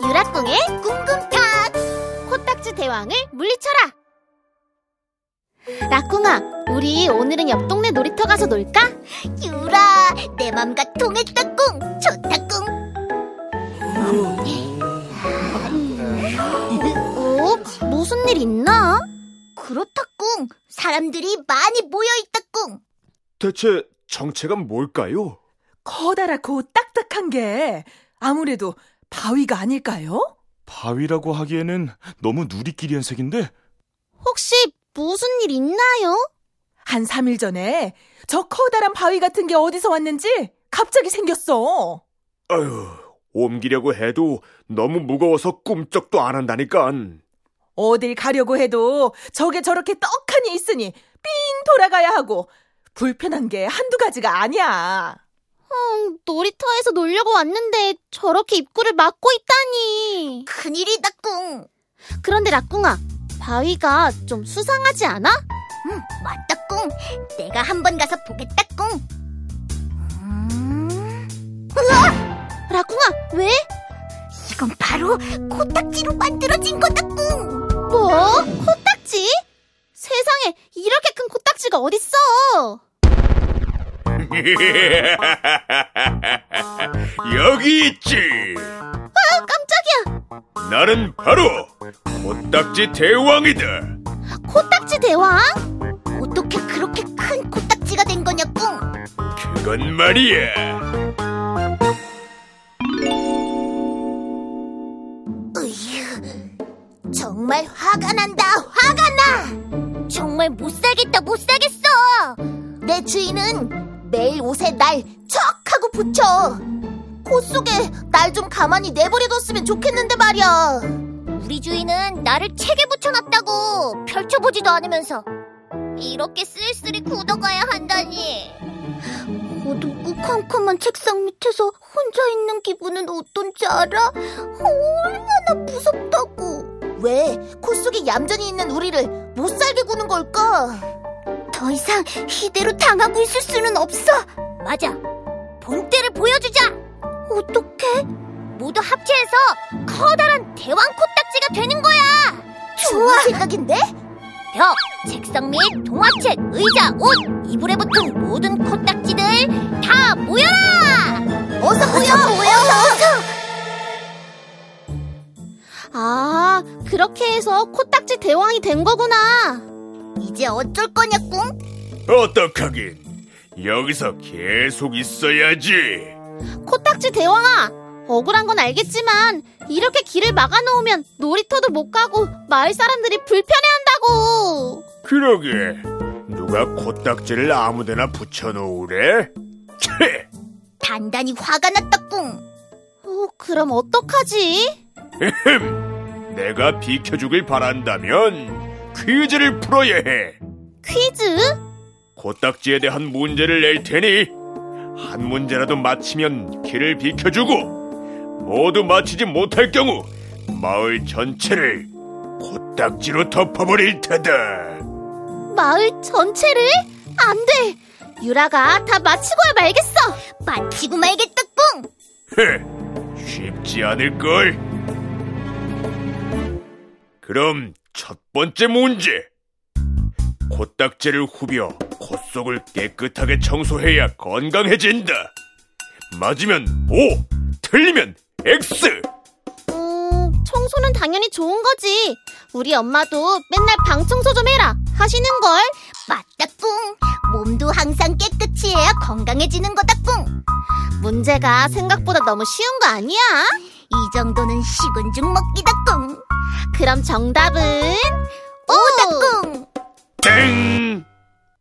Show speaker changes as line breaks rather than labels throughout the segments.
나락궁의 궁금탁 코딱지 대왕을 물리쳐라 라꿍아 우리 오늘은 옆 동네 놀이터 가서 놀까?
유라, 내 맘과 통했다 꿍, 좋다 꿍.
어? 오 무슨 일 있나?
그렇다 꿍, 사람들이 많이 모여있다 꿍.
대체 정체가 뭘까요?
커다랗고 딱딱한 게 아무래도 바위가 아닐까요?
바위라고 하기에는 너무 누리끼리 한 색인데
혹시 무슨 일 있나요?
한 3일 전에 저 커다란 바위 같은 게 어디서 왔는지 갑자기 생겼어.
아유 옮기려고 해도 너무 무거워서 꿈쩍도 안 한다니깐
어딜 가려고 해도 저게 저렇게 떡하니 있으니 삥 돌아가야 하고 불편한 게 한두 가지가 아니야.
음, 놀이터에서 놀려고 왔는데 저렇게 입구를 막고 있다니
큰일이다 꿍.
그런데 라꿍아 바위가 좀 수상하지 않아?
음, 맞다 꿍. 내가 한번 가서 보겠다 꿍. 음,
라꿍아 왜?
이건 바로 코딱지로 만들어진 거다 꿍.
뭐? 코딱지? 세상에 이렇게 큰 코딱지가 어딨어
여기 있지.
깜짝이야
나는 바로 코딱지 대왕이다.
코딱지 대왕?
어떻게 그렇게 큰 코딱지가 된 거냐 꿍.
그건 말이야.
으휴, 정말 화가 난다, 화가 나! 정말 못 살겠다, 못 살겠어! 내 주인은 매일 옷에 날 척! 하고 붙여! 코 속에 날 좀 가만히 내버려뒀으면 좋겠는데 말이야! 우리 주인은 나를 책에 붙여놨다고! 펼쳐보지도 않으면서! 이렇게 쓸쓸히 굳어가야 한다니! 어둡고 캄캄한 책상 밑에서 혼자 있는 기분은 어떤지 알아? 얼마나 무섭다고. 왜? 코 속에 얌전히 있는 우리를 못 살게 구는 걸까? 더 이상 이대로 당하고 있을 수는 없어. 맞아. 본때를 보여주자. 어떻게? 모두 합체해서 커다란 대왕 코딱지가 되는 거야. 좋은 생각인데? 벽, 책상 및 동화책, 의자, 옷, 이불에 붙은 모든 코딱지들 다 모여라! 어서 모여! 모여!
아, 그렇게 해서 코딱지 대왕이 된 거구나.
이제 어쩔 거냐, 꿍?
어떡하긴. 여기서 계속 있어야지.
코딱지 대왕아, 억울한 건 알겠지만 이렇게 길을 막아놓으면 놀이터도 못 가고 마을 사람들이 불편해한다고.
그러게. 누가 코딱지를 아무데나 붙여놓으래? 채.
단단히 화가 났다, 꿍.
어, 그럼 어떡하지?
내가 비켜주길 바란다면 퀴즈를 풀어야 해.
퀴즈?
코딱지에 대한 문제를 낼 테니 한 문제라도 맞히면 길을 비켜주고 모두 맞히지 못할 경우 마을 전체를 코딱지로 덮어버릴 테다.
마을 전체를? 안 돼! 유라가 다 마치고야 말겠어!
마치고 말겠다, 꿍.
헤, 네, 쉽지 않을걸. 그럼 첫 번째 문제. 코딱지를 후벼 콧속을 깨끗하게 청소해야 건강해진다. 맞으면 O, 틀리면 X.
음, 청소는 당연히 좋은 거지. 우리 엄마도 맨날 방 청소 좀 해라! 하시는걸?
맞다, 꿍. 몸도 항상 깨끗이 해야 건강해지는 거다, 꿍.
문제가 생각보다 너무 쉬운 거 아니야?
이 정도는 식은 죽 먹기다, 꿍.
그럼 정답은 오답
오다, 꿍.
땡!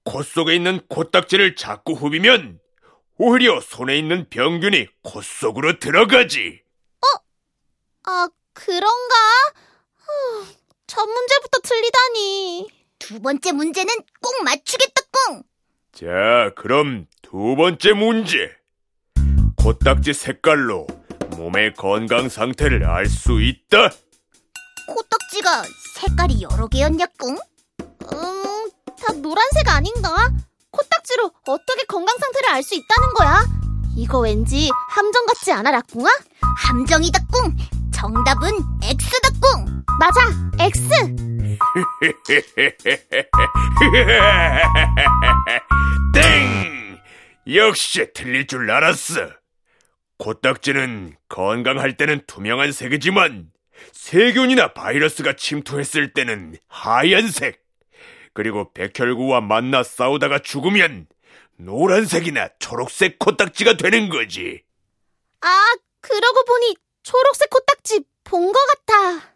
콧 속에 있는 코딱지를 자꾸 후비면 오히려 손에 있는 병균이 콧 속으로 들어가지.
아 그런가? 후, 첫 문제부터 틀리다니.
두 번째 문제는 꼭 맞추겠다, 꿍.
자, 그럼 두 번째 문제. 코딱지 색깔로 몸의 건강 상태를 알 수 있다.
코딱지가 색깔이 여러 개였냐, 꿍?
음, 다 노란색 아닌가? 코딱지로 어떻게 건강 상태를 알 수 있다는 거야? 이거 왠지 함정 같지 않아, 라꿍아?
함정이다, 꿍. 정답은 X다 꿍!
맞아, X.
땡! 역시 틀릴 줄 알았어. 코딱지는 건강할 때는 투명한 색이지만 세균이나 바이러스가 침투했을 때는 하얀색. 그리고 백혈구와 만나 싸우다가 죽으면 노란색이나 초록색 코딱지가 되는 거지.
아, 그러고 보니 초록색 코딱지 본 것 같아.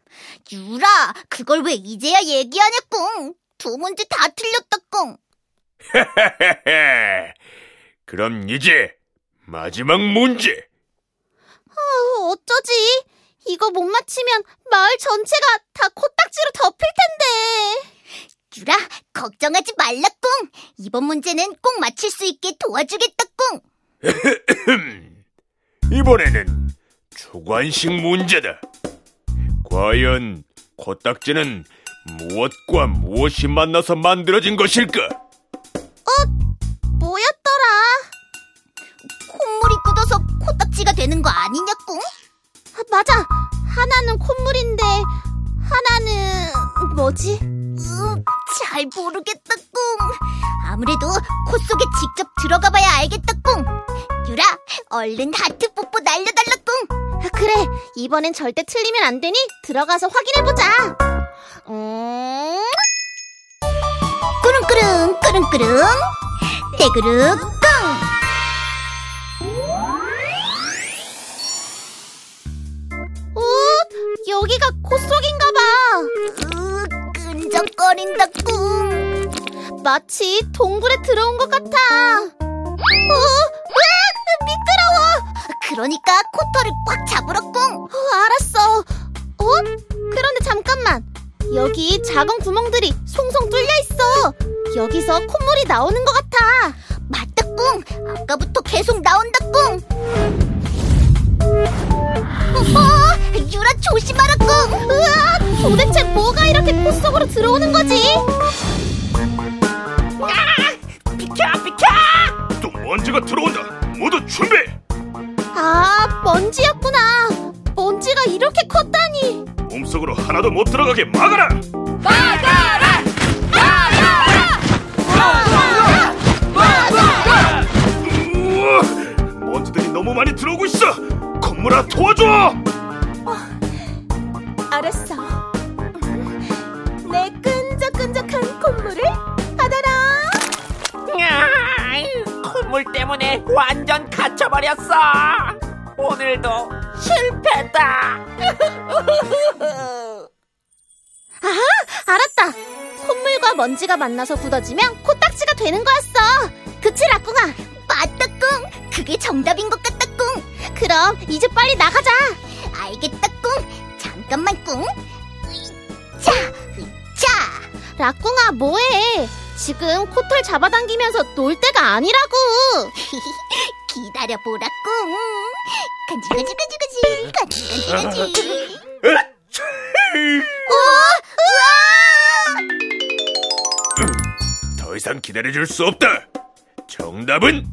유라, 그걸 왜 이제야 얘기하냐 꿍! 두 문제 다 틀렸다 꿍!
예. 그럼 이제 마지막 문제.
어, 어쩌지? 이거 못 맞히면 마을 전체가 다 코딱지로 덮일 텐데.
유라, 걱정하지 말라 꿍! 이번 문제는 꼭 맞힐 수 있게 도와주겠다 꿍!
이번에는 주관식 문제다. 과연 코딱지는 무엇과 무엇이 만나서 만들어진 것일까?
뭐였더라?
콧물이 굳어서 코딱지가 되는 거 아니냐 꿍!
아, 맞아. 하나는 콧물인데 하나는 뭐지?
음, 잘 모르겠다 꿍 아무래도 코 속에 직접 들어가 봐야 알겠다 꿍 유라 얼른 하트 뽀뽀 날려달라 꿍
아, 그래. 이번엔 절대 틀리면 안 되니 들어가서 확인해 보자. 음.
꾸릉꾸릉 꾸릉꾸릉 떼그르 꿍
오, 여기가 코 속인가 봐.
으, 끈적거린다 꿍
마치 동굴에 들어온 것 같아. 오, 으악! 어? 미끄러워.
그러니까 코털을 꽉 잡으라 꿍
어, 알았어. 어? 그런데 잠깐만. 여기 작은 구멍들이 송송 뚫려 있어. 여기서 콧물이 나오는 것 같아.
맞다 꿍 아까부터 계속 나온다 꿍 어, 유라 조심하라 꿍
으아! 도대체 뭐가 이렇게 코 속으로 들어오는 거지?
또 먼지가 들어온다. 모두 준비.
아, 먼지였구나. 먼지가 이렇게 컸다니.
몸속으로 하나도 못 들어가게 막아라. 우와, 먼지들이 너무 많이 들어오고 있어. 건물아 도와줘.
알았어. 내 끈적끈적한 콧물을 받아라.
아유, 콧물 때문에 완전 갇혀버렸어. 오늘도 실패다.
알았다. 콧물과 먼지가 만나서 굳어지면 코딱지가 되는 거였어. 그치, 라꿍아?
맞다 꿍 그게 정답인 것 같다 꿍
그럼 이제 빨리 나가자.
알겠다 꿍 잠깐만 꿍 으이차 으이차
라꿍아, 뭐해? 지금 코털 잡아당기면서 놀 때가 아니라고.
기다려보라 꿍 간질간질간질간질 간질간질간질
더 이상 기다려줄 수 없다. 정답은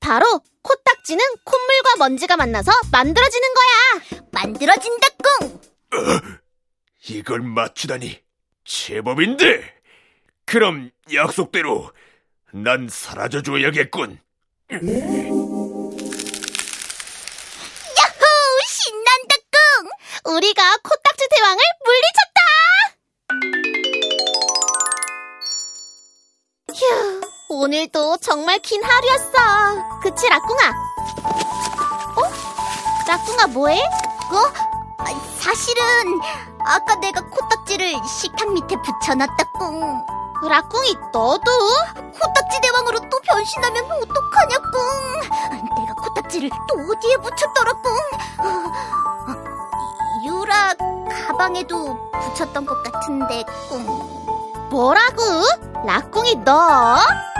바로 코딱지는 콧물과 먼지가 만나서 만들어지는 거야.
만들어진다 꿍
이걸 맞추다니 제법인데. 그럼 약속대로 난 사라져줘야겠군.
야호 신난다 꿍
우리가 코딱지 대왕을 물리쳤다. 휴, 오늘도 정말 긴 하루였어. 그치, 라꿍아? 어? 라꿍아 뭐해?
어? 아, 사실은 아까 내가 코딱지를 식탁 밑에 붙여놨다 꿍
라꿍이 너도?
코딱지 대왕으로 또 변신하면 어떡하냐 꿍 내가 코딱지를 또 어디에 붙였더라 꿍 어, 어, 유라 가방에도 붙였던 것 같은데 꿍
뭐라고? 라꿍이 너?